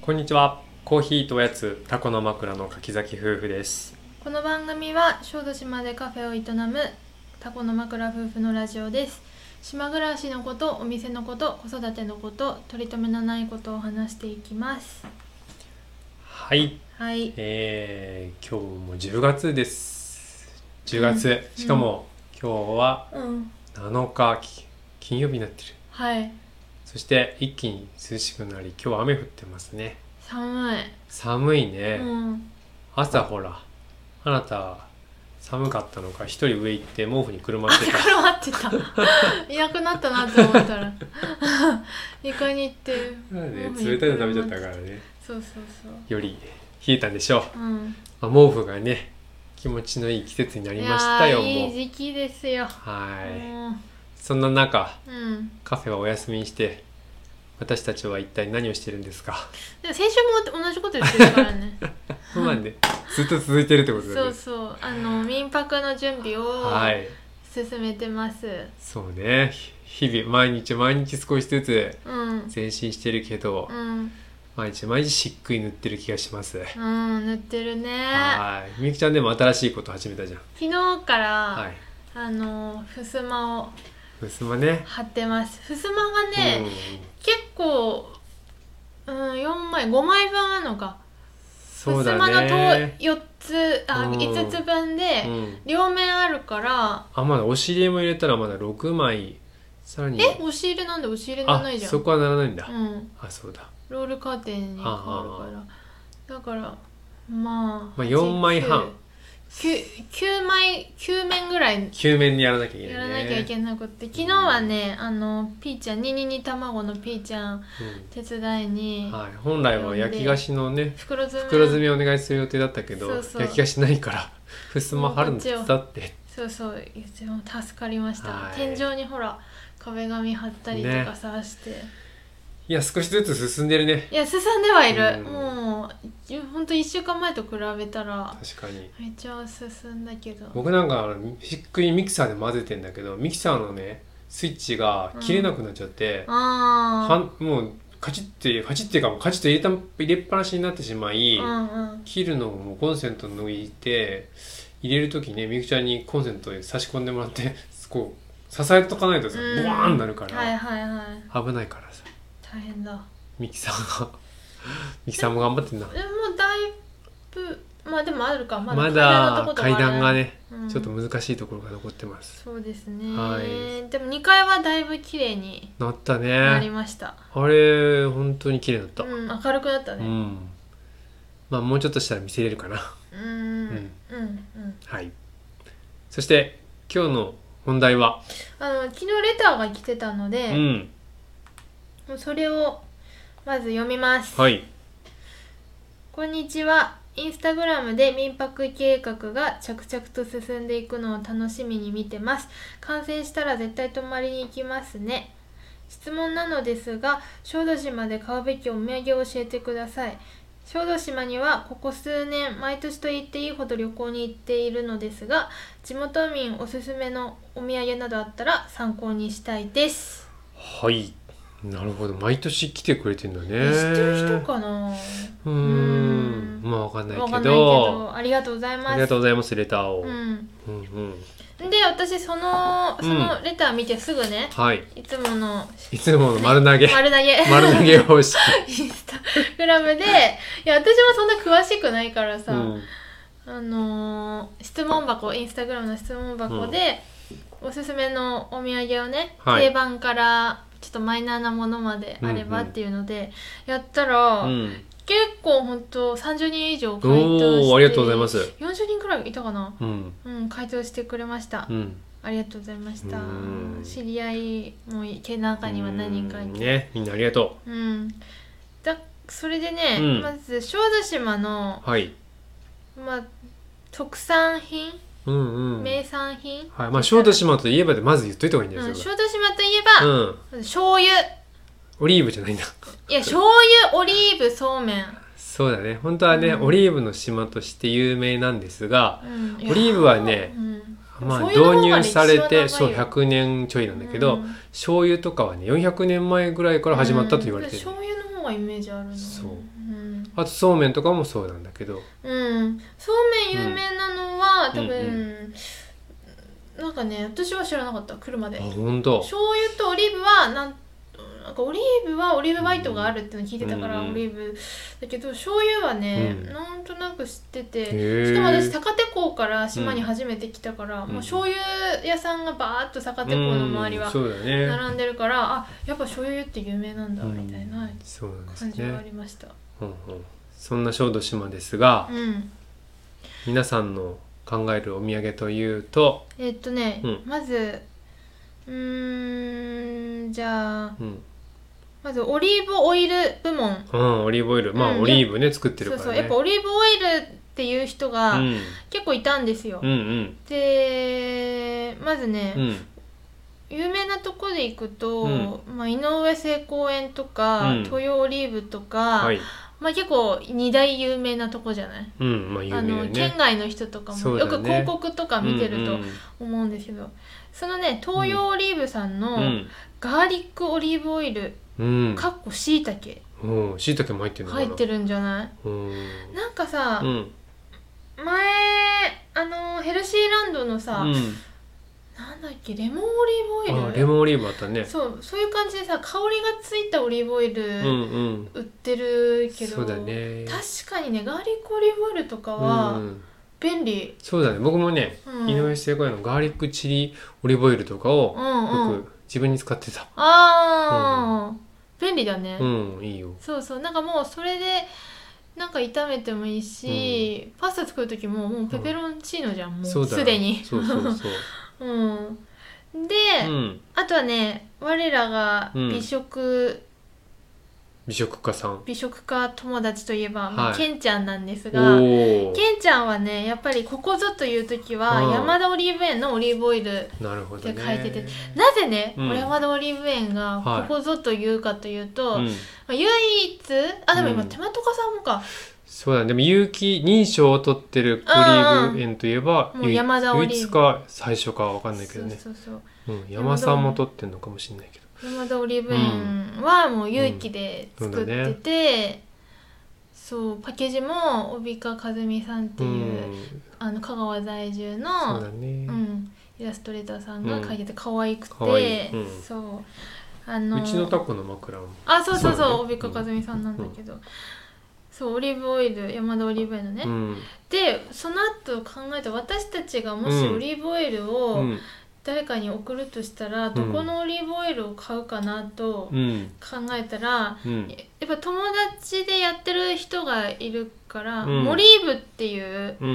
こんにちは。コーヒーとおやつ、タコの枕の柿崎夫婦です。この番組は小豆島でカフェを営むタコの枕夫婦のラジオです島暮らしのことお店のこと子育てのこと取り留めのないことを話していきますはい、はいえー、今日も10月です。10う月ん。しかも、今日はうん7日き金曜日になってる。はいそして一気に涼しくなり、今日雨降ってますね。寒寒いい、ね。うん朝ほら、あなた寒かったのか、一人上行って毛布にくるまって朝 た。から待ってたいなくなったなと思ったら 床に行ってなんでもう冷たいの食べちゃったからね。そうそうそより冷えたんでしょう。ううんまあ、毛布がね気持ちのいい季節になりましたよいやーいいもう時期ですよはいもそんな中ううんカフェはお休みにして私たちは一体何をしてるんですかでも先週も同じこと言ってるからねそうなん でずっと続いてるってことだねそうそうあの民泊の準備をはい進めてます、そうねひ日々毎日毎日少しずつうん前進してるけど、うん毎日毎日しっくり塗ってる気がします、うん塗ってるねはいみゆきちゃんでも新しいこと始めたじゃん昨日から、はいあの襖を襖ね貼ってます襖がね、うん、結構うん4枚5枚分あるのかそうだ襖のね4つあうん5つ分で、うん両面あるからあまだお尻も入れたらまだ6枚さらにえ押し入れなんで押し入れならあないじゃんそこはならないんだ、うんあそうだロールカーテンに変わるからだからまあ、まあ4枚半 9, 9枚9面ぐらい球面にやらなきゃいけないやねらなきゃいけなくって昨日はねあのピーちゃんににに卵のピーちゃん手伝いうんにはい、本来は焼き菓子のね袋詰め袋詰めお願いする予定だったけどそうそう焼き菓子ないから ふすま貼るの手伝ってそうそういつも助かりました、はい天井にほら壁紙貼ったりとかさ、していや少しずつ進んでるねいや進んではいる、うんもういほんと1週間前と比べたら確かにめっちゃ進んだけど僕なんかあのひっくりミキサーで混ぜてんだけどミキサーのねスイッチが切れなくなっちゃって、あはあんもうカチッてカチッてかもうカチッと入れた入れっぱなしになってしまい、うんうん切るのをもうコンセント抜いて入れる時ねみゆきちゃんにコンセントで差し込んでもらってこう支えとかないとさうんボワーンなるから、はいはいはい危ないからさ大変だミキさんが ミキさんも頑張ってんなえもうだいぶまあでもあるかままだだ階階段段ががねね、うんちょっと難しいところが残ってますそうですね、はでも2階はだいぶ綺麗になったなりねました、あれ本当に綺麗だった、ううんん明るくなったねまあもうちょっとしたら見せれるかなうんうんうんはいそして今日の本題は、あの昨日レターが来てたので、うんもうそれをまず読みます、はいこんにちはインスタグラムで民泊計画が着々と進んでいくのを楽しみに見てます完成したら絶対泊まりに行きますね質問なのですが小豆島で買うべきお土産を教えてください小豆島にはここ数年毎年と言っていいほど旅行に行っているのですが地元民おすすめのお土産などあったら参考にしたいです、はい。なるほど。毎年来てくれてんだね。知ってる人かなうーうーん。んまあわかんないけわどかんないけどありがとうございますありがとうございます、レターを。うんうんうん。で私そのそのレター見てすぐね、はい。いつものいつもの丸 投げ。丸投げ丸投げ方式。インスタグラムでいや私もそんな詳しくないからうさ、ん。あのー質問箱インスタグラムの質問箱で、おすすめのお土産をね、はい定番からちょっとマイナーなものまであればっていうので、やったら、うん。結構ほんと30人以上回答しおてお、ありがとうございます。 40人くらいいたかなうん。うん回答してくれましたうん。ありがとうございましたうん。知り合いもいけ中には何人かいうんて。ね、みんなありがとうん。だそれでね、うんまず小豆島のう。はい。まあ特産品、うんうん。名産品。はい。まあ、小豆島といえばで、まず言っといた方がいいんうん、です小よ。豆島といえうん。ば、醤油。オリーブじゃないんだ。いや醤油、オリーブ、そうめん。そうだね。本当はね、うんオリーブの島として有名なんですが、うん、オリーブはねうん、まあ、そういうの導方が入されて歴史そは長ういよ100年ちょいなんだけど、うん醤油とかはね400年前ぐらいから始まったと言われてうんる、醤油の方がイメージあるのそううんあとそうめんとかもそうなんだけどうん、そうめん有名なのは、うん多分、うなんかね私は知らなかった車であ本当醤油とオリーブはなんなんかオリーブはオリーブバイトがあるっていうの聞いてたから、うんオリーブだけど醤油はね、うんなんとなく知ってへてえしかも私高手港から島に初めて来たから、うんもう醤油屋さんがバーっと高手港の周りうはんそうだね並んでるから、あやっぱ醤油って有名なんだみたいなそうなんです感じがあね、りました、うんうん、そんな小豆島ですが、うん皆さんの考えるお土産というと、えっとね、うんまずうーんじゃあうんまずオリーブオイル部門うん、オリーブオイルまあ、うんオリーブね作ってそるうかそうらやっねぱオリーブオイルっていう人がうん、結構いたんですよ、うんうんでまずね、うん有名なとこで行くと、うんまあ、井上聖公園とか、うん東洋オリーブとか、はいまあ、結構二大有名なとこじゃない、うんまあ有あ名だのよ県ね外の人とかそも、うだねよく広告とか見てるうとん思うんですけど、そのね東洋オリーブさんの、うんガーリックオリーブオイルうんかっこしいたけうんしいたけも入ってるのかな入ってるんじゃなうんいなんかさ、うん前あのヘルシーランドのさ、うんなんだっけレモンオリーブオあイルレモンオリーブあったねそうそういう感じでさ香りがついたオリーブオイうルんうん売ってるけど、そうだね確かにねガーリックオリーブオイルとかうはん便利、そうだね僕もねうん井上聖子屋のガーリックチリオリーブオイルとかをうんうんよく自分に使ってたああ、便利だね、うんいいよそうそうなんかもうそれでなんか炒めてもいいし、パスタ作る時ももうペペロンチーノじゃん、もそううだよすでにそうそう そううんで、うんあとはね我らがうん美食、美食家さん美食家友達といえば、まあはいケンちゃんなんですおがおケンちゃんはねやっぱりここぞという時は、うん山田オリーブ園のオリーブオイルなるほどっねて書いててなぜね、うん山田オリーブ園がはいここぞというかというと、うんまあ唯一あでも今、うん手間とかさんもかそうだねでも有機認証を取ってるオリーブ園といえばうんうんもう唯一山田オリーブ唯一か最初かわかんないけどねそうそうそううん山さんも取ってるのかもしれないけど山田オリーブ園はもう勇気で作ってて、そうパッケージも帯川和美さんってういう、んあの香川在住そのうだねうん、イラストレーターさんが描いてて可愛くて、可愛いうんそうあのうちのタコの枕もあそうそそうそううだね帯川和美さんなんだけど、そうオリーブオイル山田オリーブ園のね、うんでその後考えた私たちがもしうんオリーブオイルうを、ん誰かに送るとしたらどこのオリーブオイルを買うかなとうん考えたら、うんやっぱ友達でやってる人がいるから、うんモリーブっていううんう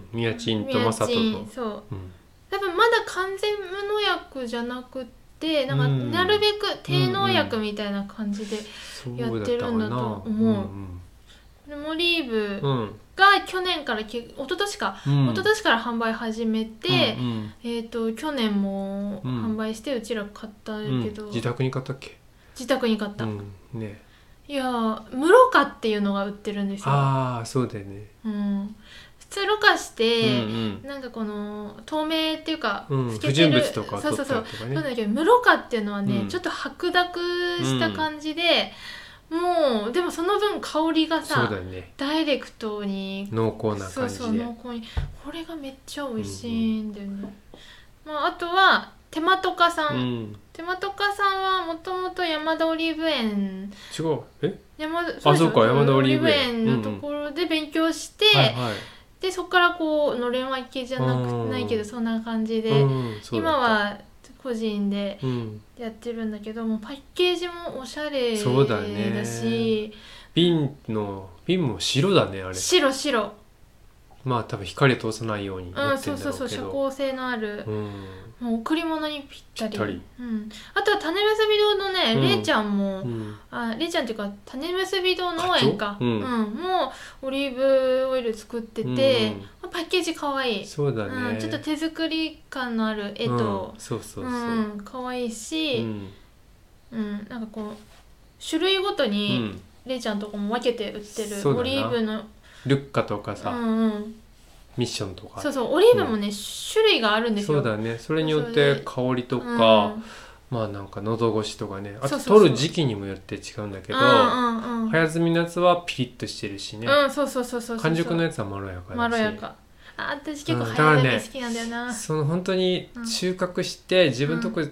んミヤチンと宮マサトと地そううん多分まだ完全無農薬じゃなくってなんかうんなるべく低農薬みたいな感じで、そうやだっってたかるんだなと思ううんでモリーブうんうんが去年からけ一昨年か、うん一昨年から販売始めて、うんえー、と去年もうん販売してうちら買ったうんけど、自宅に買ったっけ自宅に買った、うんねいやー室菓っていうのが売ってるんですよ、ああそうだよねうん、普通ろ過しうて、んなんかこの透明っていうか、うんうん透け不て純る物とかそう取そうったそうりとかそうなんねだけど室賀っていうのはね、うんちょっと白濁した感じで、もうでもその分香りがそうさだよねダイレクトに濃厚なそ感うじそうで濃厚にこれがめっちゃ美味しいんだよね、まあ、あとは手間とかさ、うんん手間とかさんはもともと山田オリーブ園違うえ山田そうでしょ山田オリーブ園オリーブ園のところで勉強して、はいはいでそこからこうのれんは系じゃなうくんないけどそんな感じで、うんそうだ今ったは個人でうんやってるんだけどもうパッケージもおしゃれだしそうだね瓶の瓶も白だねあれ白白まあ多分光を通さないようにうなんってそんうだそろうそううけ遮ど光性のある、うんもう贈り物にぴったりぴったりうん、あとは種結び堂のね、うんれいちゃんも、うんあれいちゃんっていうか種結び堂農園か課長うんもうオリーブオイル作ってうて、んまあパッケージかわいいそうだねうん、ちょっと手作り感のある絵とう、んそうそううんそうかわいいうし、んうんなんかこう種類ごとうに、んれいちゃんとこも分けて売ってそうだなるオリーブのルッカとかうさんうん、ミッションとかそうそうオリーブもね、種類があるんですそようだねそれによっそうてで香りととか、まあなんか喉越しとかねあとそうそうそう取る時期にもよって違うんだけどうんうんうん、早摘みのやつはピリッとしてるしね、うんそうそうそうそうそう完熟のやつはまろやかだしまろやかあ私結構うんだ早からめね好きなんだよな、その本当にうん収穫して自分とこ、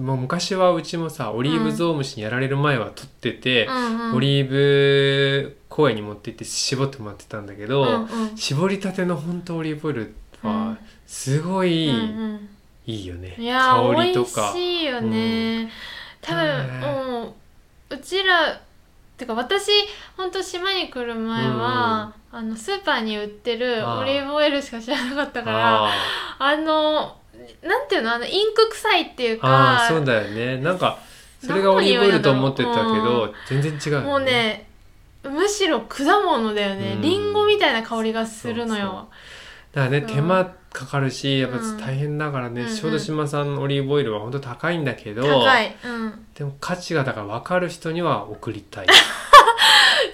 もう昔はうちもさオリーブゾウムシにやられる前は取ってて、うんうん、オリーブ公園に持って行って絞ってもらってたんだけど、うんうん絞りたての本当オリーブオイルうはんすごい、うんいいよねうん、いやー香りとか美味しいよね、多ね分、うん、うちらてか私ほんと島に来る前は、あのスーパーに売ってるあーオリーブオイルしか知らなかったからああのなんていうのあのインク臭いっていーうあかーそうだよねなんかそれがオリーブオイルと思ってたけ何の匂いなんだろど全然違うよもうねむしろ果物だよねうんり、んごみたいな香りがするのよ。そうだからねそう手間かかるしやっぱうん大変だからね、うんうん小豆島産のオリーブオイルは本当高いんだけど高い、うん、でも価値がだから分かる人には送り たい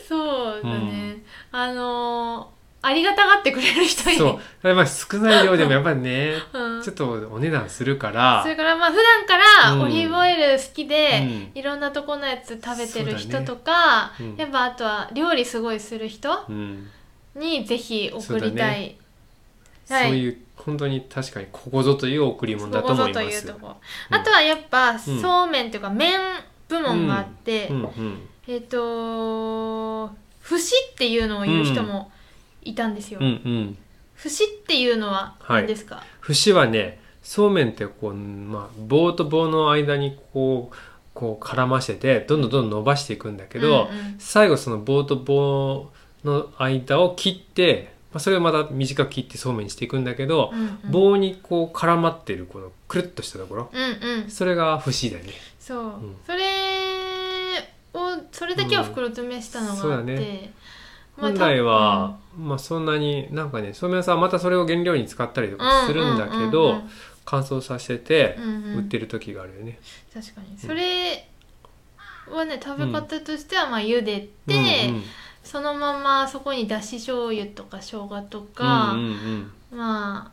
そうだね、あのーありがたがってくれる人にそうただまあ少ない量でもやっぱりねうんちょっとお値段するからそれからまあ普段からうんオリーブオイル好きうでんいろんなとこのやつ食べてる人とか、そうだねうんやっぱあとは料理すごいする人うんにぜひ送りたい。そういう本当に確かにここぞという贈り物だと思いとまいうすとこ、あとはやっぱそうめんというか麺部門があって、うんうんえっ、と節っていうのを言う人もいたんですよ。うんうん節っていうのは何ですか？節はねそうめんってこう、まあ、棒と棒の間にこうこう絡ませてどんどんどんどん伸ばしていくんだけど、うんうん最後その棒と棒の間を切って、まあ、それをまた短く切ってそうめんにしていくんだけど、うんうん棒にこう絡まってるこのくるっとしたところうんうんそれが節だよねそう、んそれをそれだけは袋詰めしたのがあって、うんそうだねまあ本来は、まあ、そんなになんかねそうめん屋さんはまたそれを原料に使ったりとかするんだけど、うん乾燥させてうんうんうんうん売ってる時があるよね、確かにそれはね食べ方としてはまあ茹でて、うんうんそのままそこにだし醤油とか生姜とか、うんうんまあ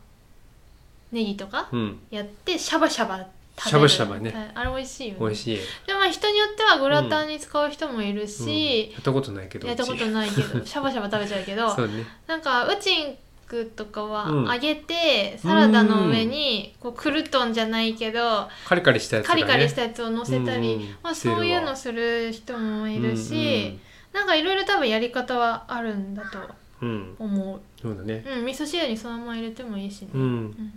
ネギとかうんうんやってシャバシャバ食べるシャバシャバねはいあれ美味しいよね美味しい。でもまあ人によってはグラタンに使う人もいるうんし、やったことないけど。やったことい。ないけどシャバシャバ食べちゃうけ どそうね。なんかウチンクとかうんは揚げて、サラダの上にこうクルトンじゃないけど、カリカリしたやつがカね。リカリしたやつを乗せたり、うんうんまあ、そういうのしする人もいるし、。なんかいろいろ多分やり方はあるんだとうんうんうん。思う、そうだね。うん、味噌汁にそのまま入れてもいいしね、ううんん。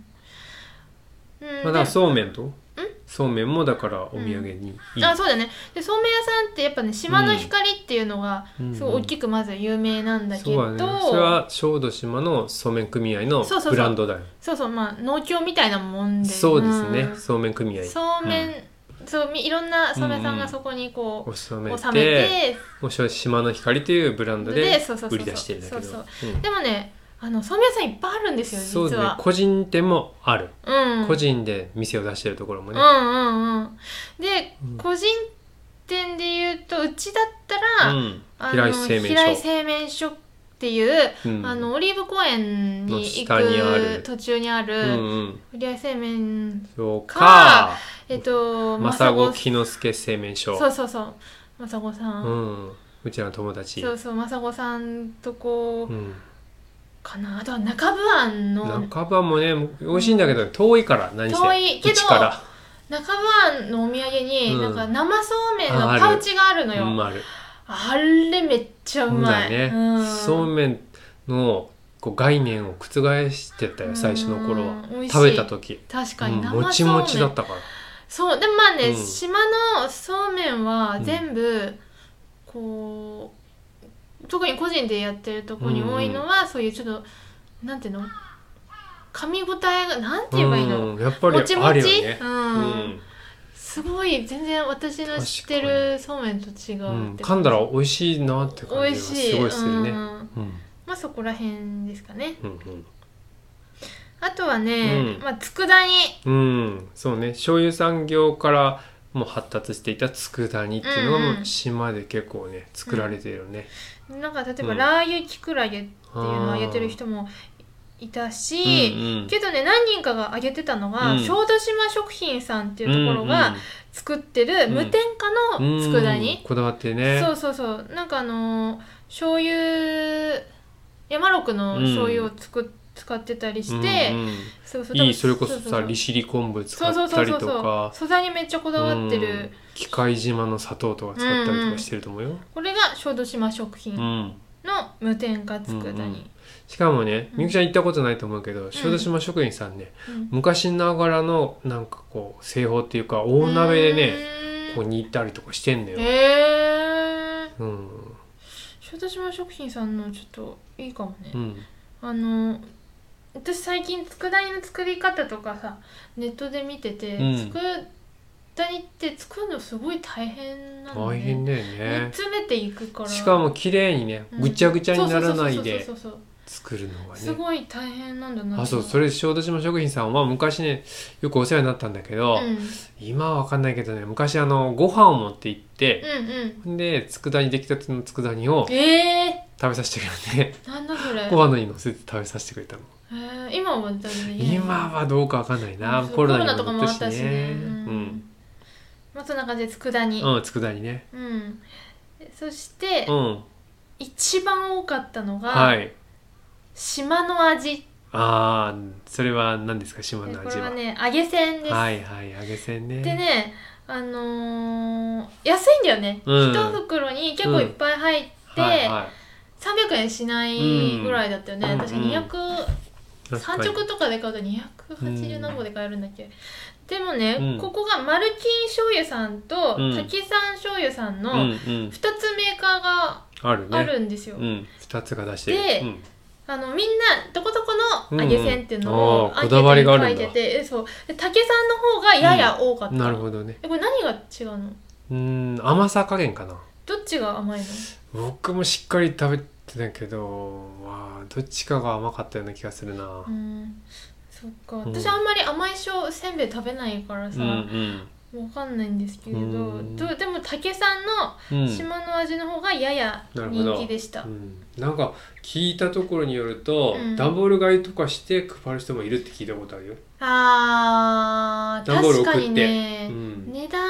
うまんあだからそうめんと。そうめんもだからお土産にいい。あそうだねでそうめん屋さんってやっぱね島の光っていうのがうんすごい大きくまず有名なんだけそうだど、ね。それは小豆島のそうめん組合のそうそうそうブランドだよ。そうそうまあ農協みたいなもんでそうですうねん。そうめん組合。そうめん、そうみいろんなそうめん屋さんがそこにこう、ん。収め収て、めてもしは島の光というブランドででそうそうそうそう売り出してるんだけど。そうそううんでもねあのそうめん屋さんいっぱいあるんですよそう実だねは。個人店もある、うん、個人で店を出してるところもうね、んうんうんで、うん個人店で言うとうちだったら、うんあの平井製麺平井所製麺所っていう、うんあのオリーブ公園に行の下にあくる途中にある、うんうん平井製麺そうかかえっと政子さ木之助製麺所んそうそうそう雅子さん、うん、うちらの友達そうそう雅子さんとこうん、かなあとは中部庵の中場もね美味しいんだけど遠いから何して遠いけどうちから中部庵のお土産に、うんなんか生そうめんのああるパウチがあるのようあんあるれめっちゃうそうまだい、ね、うんそうめんのこう概念を覆してたよ最初の頃はうん美味しい食べた時確うかんに生そうめん、もちもちだったからそうでもまあね、うん島のそうめんは全部こう特に個人でやってるとこに多いのは、そういうちょっとなんていうの噛み応えがなんて言えばいいの、うん、やっぱりもちもあるよち、ねううんんすごい全然私の知って確るそうめんと違う、うんって噛んだら美味しいなって美感味じがしいすごいするね。ううんんまあそこら辺ですかねうんあとはね、うんまあ佃煮うんうん、そうね醤油産業からもう発達していた佃煮っていうのがもうんううん島で結構ね作られてるよね。なんか例えば、うんラー油きくらげっていうのをあげてる人もいいたし、うんうんけどね何人かが挙げてたのは、うん小豆島食品さんっていうところが作ってる無添加うんうんの佃煮、うんこだわってねそうそうそうなんかあのー醤油山六の醤油をつく、使ってたりして、うんうんそうそういいそれこそ多分さ利尻昆布使そうっそうそたうりそうとそうか素材にめっちゃこだわってる、うん機械島の砂糖とか使ったりとかしてると思うよ、これが小豆島食うん品の無添加佃煮、うんうんしかもねみゆきちゃん行ったことないと思うけど小豆島食品さんね、うん昔ながらのなんかこう製法っていうか大鍋でねうこーんう煮たりとかしてんのよ、へえうん小豆島食品さんのちょっといいかもね、うん、あの私最近佃煮の作り方とかさネットで見てて、うん佃煮って作るのすごい大変なの大変だよね煮詰めていくからしかも綺麗にねうんぐちゃぐちゃにならないでそうそうそうそう作るのがそうすねごい大変なんだなあそうそれれ小豆島食品さんは昔ねよくお世話になったんだけど、うん、うん今は分かんないけどね昔あのご飯を持って行って、うんで佃煮出来たての佃煮をええ食べさせてくれて、 ー、なんだそれ、えご飯の上に乗せて食べさせてくれたの、ー、今は全然言えない今はどうか分かんないな、うんそうコロナとにもかもなあっったたししねうねうんん、まあそんな感じで佃煮うん、佃煮ねうん、そして、うん一番多かったのが、はい島の味ああそれは何ですか島のこ味れははね揚げせんです、はいはい揚げせんねでねあのー安いんだよね、うん一袋に結構いっぱい入って、はいは300円しないぐらいだったよね、うん確かうん200、い確か産に直とかで買うと280何個で買えるんだっけ、でもね、うんここがマルキン醤油さんとうん滝山醤油さんうの2んうんつメーカーがあるねあるんですよ、うん、2つが出してるでうんあのみんなどこどこの揚げせんっていううんのうをんあーアンケこだわりーがあトるんにだ書いててえそうで竹さんの方がやや多かった、なるほどねえこれ何が違うのうん甘さ加減かなどっちが甘いの僕もしっかり食べてたけどわあどっちかが甘かったような気がするなうんそっかん私あんまり甘いしょせんべい食べないからうさ、んうんわかんないんですけれどうんどうでも竹さんのうん島の味の方がややなるほど人気でした、うんなんか聞いたところによると、うん段ボール買いとかして配る人もいるって聞いたことあるよ、あー段ボール送確っかてにうね、ん値段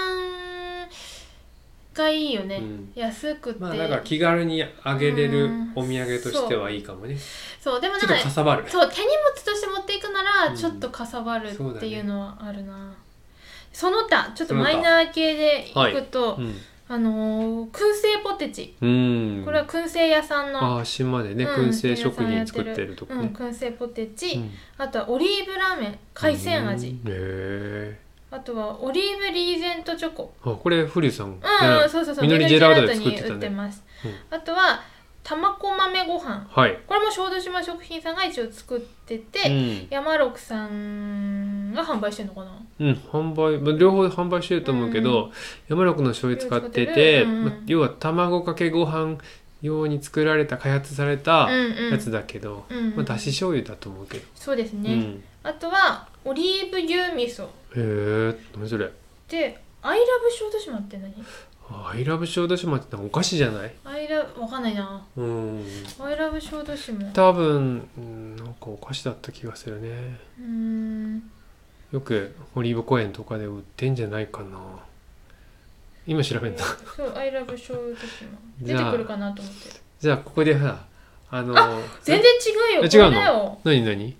がいいよね、うん安くて、まあだから気軽にあげれるうんお土産としてはいいかもねそうでもなんちょかっとかさばるそう手荷物として持っていくなうんらちょっとかさばるそうだっねていうのはあるな、その他ちょっとマイナー系でいくと、うん、あのー燻製ポテチうん、これは燻製屋さんの、ああ島でね、うん燻製職人作ってるとこうんね、燻製ポテチ、うんあとはオリーブラーメン海鮮味、うんへえあとはオリーブリーゼントチョコあこれ古リさん、うん、ねうん、そうそうそうみのりみジェラートでジェ作ってたねに売ってます、うんあとは卵豆ご飯はい、これも小豆島食品さんが一応作ってて、うん山六さんが販売してるのかなうん、販売、まあ、両方販売してると思うけど、山六の醤油使ってて、うんうんまあ要は卵かけご飯用に作られた開発されたうんうんやつだけど、うんうんまあ、だし醤油だと思うけど、そうですうね、ん、あとはオリーブ牛味噌へえ何それでアイラブ小豆島って何アイラブ小豆島ってなんかお菓子じゃないアイラブわかんないなうんアイラブ小豆島う多分うんなんかお菓子だった気がするねーんよくオリーブ公園とかで売ってんじゃないかな今調べんだそうアイラブ小豆島じ出ゃあてくるかなと思ってじゃあここでさあの全然違うよえこ違うのれだよ何何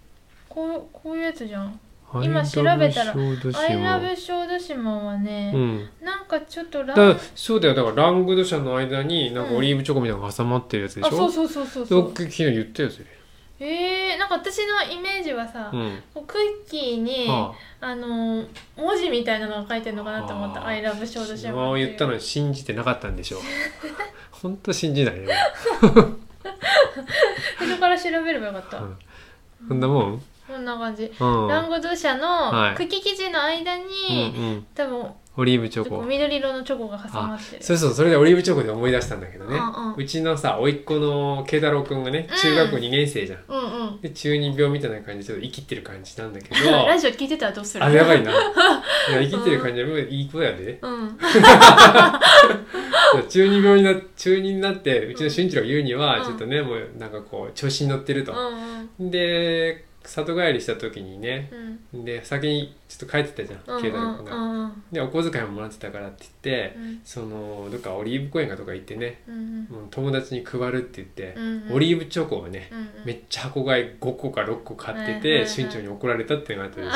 こうこういうやつじゃんアイラ今ブ調べたら小豆島アイラブ小豆島はね、うん、なんかちょっとラだかンらそうだよだからラングドシャの間になんかオリーブチョコみたいなのが挟まってるやつでしょ、あそうそうそうそうでそ僕う昨日言ったよそれ、えー、なんか私のイメージはさ、うんこうクッキーに、はあのー文字みたいなのが書いてるのかなと思っあたー「I love 小あ、豆島」昨日言ったのに信じてなかったんでし ょほんと信じないねそこから調べればよかった、うんそんなもん、こんな感じ、うん、ランゴドシャはのいクッキー生地の間に、うんうん多分オリーブチョこコう緑色のチョコが挟まあってるそうそうそれでオリーブチョコで思い出したんだけどね、うんうんうちのさ甥っ子の慶太郎くんがねうん中学校2年生じゃん、うんうんで中二病みたいな感じでちょっと生きってる感じなんだ けラどジオ聞いてたらどうするあやばいないや生きってる感じはもういい子やで、うん中二病にな中二になってうちの俊一郎が言うには、うんちょっとねもうなんかこう調子に乗ってるとう、んで里帰りした時にねうんで先にちょっと帰ってたじゃうんん慶太郎くんが、うんうんでお小遣いももらってたからって言って、うんそのどっかオリーブ公園かとか行ってねうんもう友達に配るって言ってう、んオリーブチョコをね、うんうんめっちゃ箱買い5個か6個買ってはいはいて、はい身長に怒られたっていうのがあったでし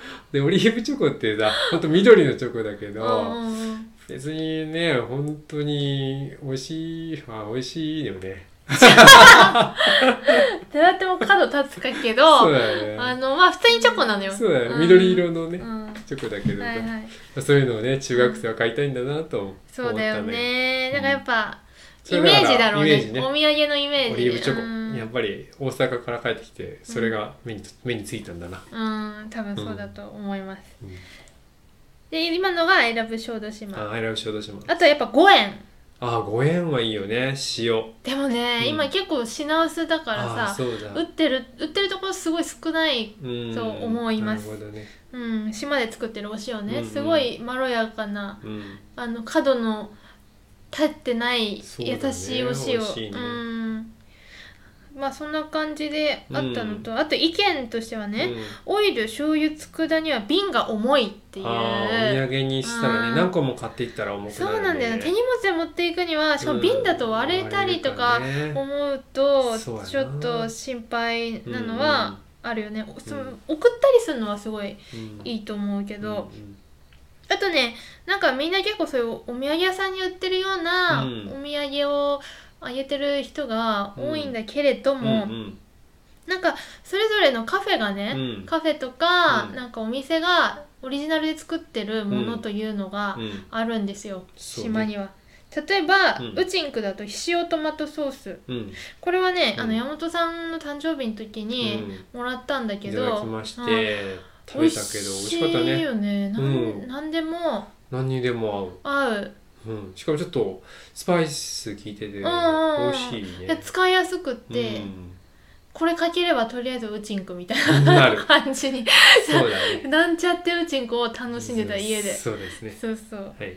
ょ でオリーブチョコってさほんと緑のチョコだけど、うんうんうん別にね本当に美味しいあ美味しいよねどうやっても角立つかけそうど、だよあねの、まあ普通にチョコなのよ。そうだよねん緑色のね、うん。チョコだけど、はいはい。そういうのをね中学生は買いたいんだなと思ったそうだよね。思っただねからやっぱ、そイれだかメらージだろうね。イメージねお土産のイメージ。オリーブチョコ、うんやっぱり大阪から帰ってきてそれが目に,、目についたんだな、うん、多分そうだと思います。うん、で、今のがアイラブ小豆島。あアイラブ小豆島あとはやっぱ5円。あご縁はいいよね塩でもね、うん今結構品薄だからあーさ、そうだ売ってる、売ってるところすごい少ない。うんと思いますなるほどね、うん、島で作ってるお塩ね。うんうんすごいまろやかな。うん、あの角の立ってないそうだね優しいお塩美味しいねうんまあそんな感じであったのと、あと意見としてはね、うんオイル醤油佃煮は瓶が重いっていうあーお土産にしたらうんね何個も買っていったら重くなる、ね、そうなんだよね手荷物で持っていくにはしかも瓶だと割れたりとかうん割れるからね思うとそうやなちょっと心配なのはあるよね、そのうん送ったりするのはすごいうんいいと思うけど、うんあとねなんかみんな結構そういうお土産屋さんに売ってるようなうおん土産をあげてる人が多いんだけれどうんも、うんなんかそれぞれのカフェがね、うんカフェとか、うんなんかお店がオリジナルで作ってるものというのがうんあるんですよ、そうね島には。例えば、うんウチンクだと塩トマトソースうんこれはね、うんあの山本さんの誕生日の時にもらったんだいけたど、だきまして、うん食べたけど美味しかった美味しいねよねなん、うんなんでも何にでも合合うう、うん、しかもちょっとスパイス効いてて美んうんうん味しいでね使いやすくって、うんこれかければとりあえずウチンクみたいななる 感じにそうだねなんちゃってウチンクを楽しんでた家でそうですねそうそうはい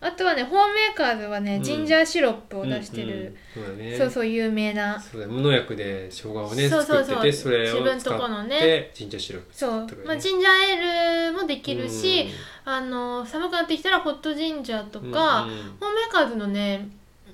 あとはねホームメーカーズはね、うんジンジャーシロップを出してる、うんうんそうだねそうそう有名なそうだよ無農薬で生姜をねそうそうそう作っててそれを自分使とこのっねてジンジャーシロップそう、とかねまあ、ジンジャーエールもできるし、うんあの寒くなってきたらホットジンジャーとか、うんうんホームメーカーズのね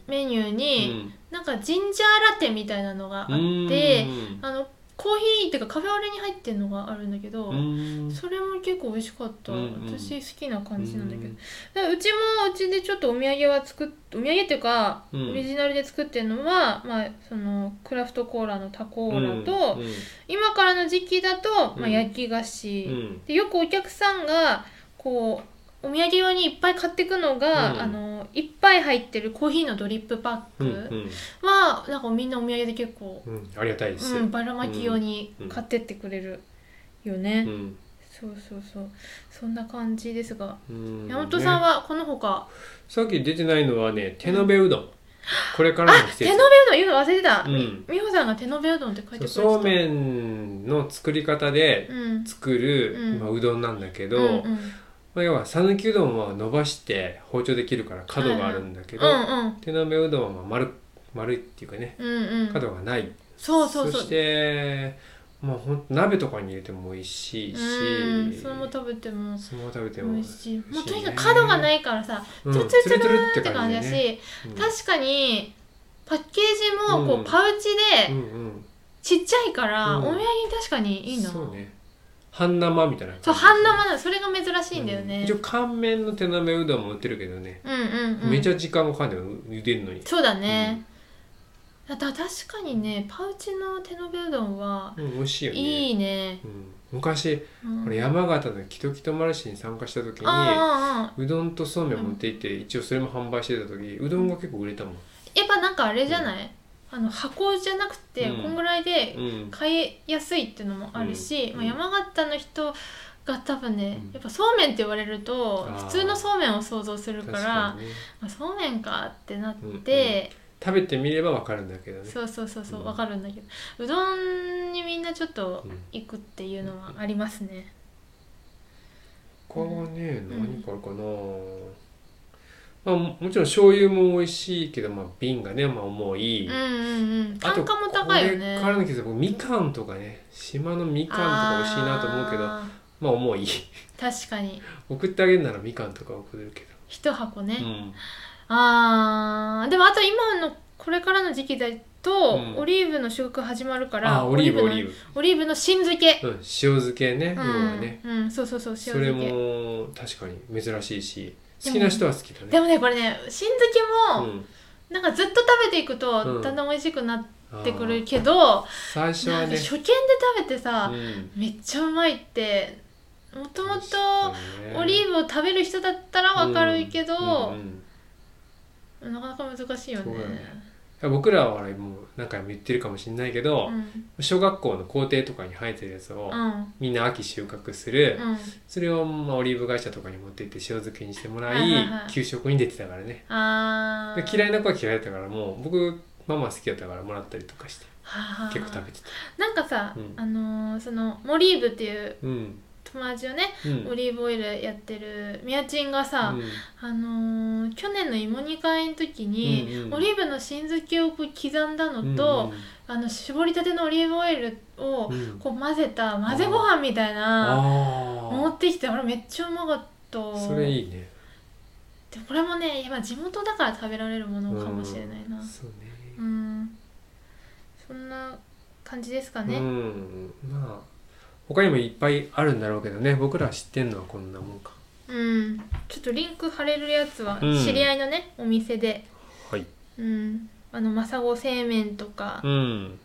メニューに、なんかジンジャーラテみたいなのがあっうんて、あのコーヒーっていうかカフェオレに入ってるのがあるんだけど、うんそれも結構美味しかった、うんうん私好きな感じなんだけど、だからうちもうちでちょっとお土産は作っお土産っていうか、うんオリジナルで作ってるのは、まあ、そのクラフトコーラのタコーラと、うんうん今からの時期だと、まあ、うん焼き菓子、うんでよくお客さんがこうお土産用にいっぱい買ってくのが、うんあのいっぱい入ってるコーヒーのドリップパうックんは、なんかみんなお土産で結構、うんうんありがたいですうん、ばらまき用に買ってってくれるよね。うんそうそうそうそんな感じですが、うん山本さんねはこのほか、さっき出てないのはね手延べうどんこれからの季手節延べうどん言うの忘れてた、うみん美穂さんが手延べうどんって書いてくれてたそうそうめんの作り方でうん作るうんまあうどんなんだけうんどうんまあ要は讃岐うどんは伸ばして包丁できるから角があるんだけどうん手延べうどんはまあ丸丸いっていうかねうんうんうん角がないそうそうそうしてまあほんと鍋とかに入れても美味しいしうんそれも食べてもそのまま食べて美も味しいもう美味としいにねかく角がないからさうツんルツルツツルルツルっってて感感じじだだし、ねうん確かにパッケージもこううんパウチうでんうんちっちゃいから、うんお土産に確かにいいなそうね半生みたいな感じそう半生なのそれが珍しいんだようね一応乾麺の手鍋うどんも売ってるけどねうんうんうんめちゃ時間かかんない茹でるのにそうだね、だから確かにねパウチの手延べうどんはうん美味しいよねいいね、うん昔うん、俺山形のキトキトマルシェに参加した時にああああうどんとそうめん持って行って一応それも販売してた時うどんが結構売れたもんやっぱなんかあれじゃない、あの箱じゃなくてうんこんぐらいでうん買いやすいっていうのもあるし、うんまあ、山形の人が多分ね、うんやっぱそうめんって言われるとあー普通のそうめんを想像する確からかにねまあ、そうめんかってなって、食べてみればわかるんだけどねそうそうそうそううんわかるんだけどうどんにみんなちょっとうん行くっていうのはありますね、他はねん何かあるかな、まあ、ももちろん醤油も美味しいけど、まあ、瓶がね、まあ、重い、うん、うんうんあと単価も高いよねこれからの季節僕みかんとかね島のみかんとか美味しいなと思うけどあまあ重い ー確かに送ってあげるならみかんとか送れるけ一箱ね、ど、うん、あーでもあと今のこれからの時期だと、うんオリーブの収穫始まるからあオリーブオのリーオリーブの芯漬け、ブ、うん、塩漬けねう要んはね、うん、そうそうそう塩それ漬けも確かに珍しいしで好もきな人は好きだねでもねこれね芯漬けも、うんなんかずっと食べていくと、うんだんだん美味しくなっあーてくるけど、最初はなんかね初見で食べてさ、うんめっちゃうまいってもともとオリーーブを食べる人だったらわかるけど、うんうんなかなか難しいよねそうだね僕らはほらもう何回も言ってるかもしれないけど、うん小学校の校庭とかに生えてるやつを、うんみんな秋収穫する、うんそれをまあオリーブ会社とかに持って行って塩漬けにしてもらい,、はいはいはい給食に出てたからねあでー嫌いな子は嫌いだったからもう僕ママ好きだったからもらったりとかしてはあ結構食べてたなんかさ、うんあのーそのモリーブっていううん友達のね、うんオリーブオイルやってるみやちんがさ、うんあのー去年の芋煮会の時に、うんうんオリーブの芯漬けをこう刻んだうんのと、あの絞りたてのオリーブオイルをうんうんこう混ぜた混ぜご飯みたいな持あってきてあれめっちゃうまかったあそれいいねでこれもね今地元だから食べられるものかもしれないなうんそううねんそんな感じですかね、うんまあ他にもいっぱいあるんだろうけどね僕ら知ってんのはこんなもんかうん、ちょっとリンク貼れるやつはうん知り合いのね、お店で、はいうん、あのマサゴ製麺とかう、ん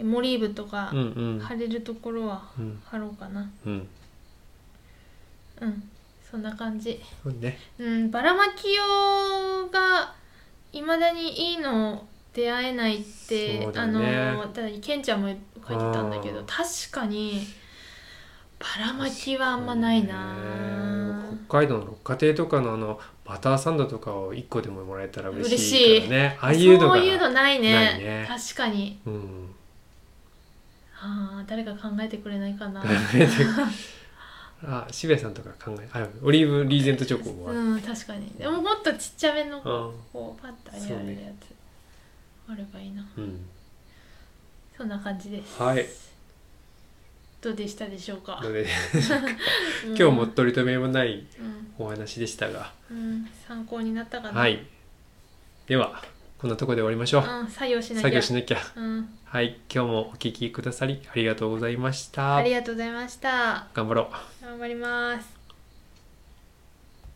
モリーブとかうんうん貼れるところはうん貼ろうかなうんうんそんな感じそうねうんばらまき用がいまだにいいの出会えないって、そうだあねのだからケンちゃんも書いてたんだけどうん確かにばらまきはあんまないなね北海道の六花亭とかのあのバターサンドとかを1個でももらえたら嬉しいからねああいうのがそういうのないねないね確かにうん、あー誰か考えてくれないか なあ渋谷さんとか考えあオリーブリーゼントチョコもある、うん確かにでももっとちっちゃめのうんこうパッとあげられるやつ、あればいいなうん、そんな感じですはいどうでしたでしょうかので今 今日も取り留めもないうん、お話でしたが、うん、参考になったかなはいではこんなとこで終わりましょう、うん、作業しなきゃ作業しなきゃうん、はい今日もお聞きくださりありがとうございましたありがとうございました頑張ろう頑張ります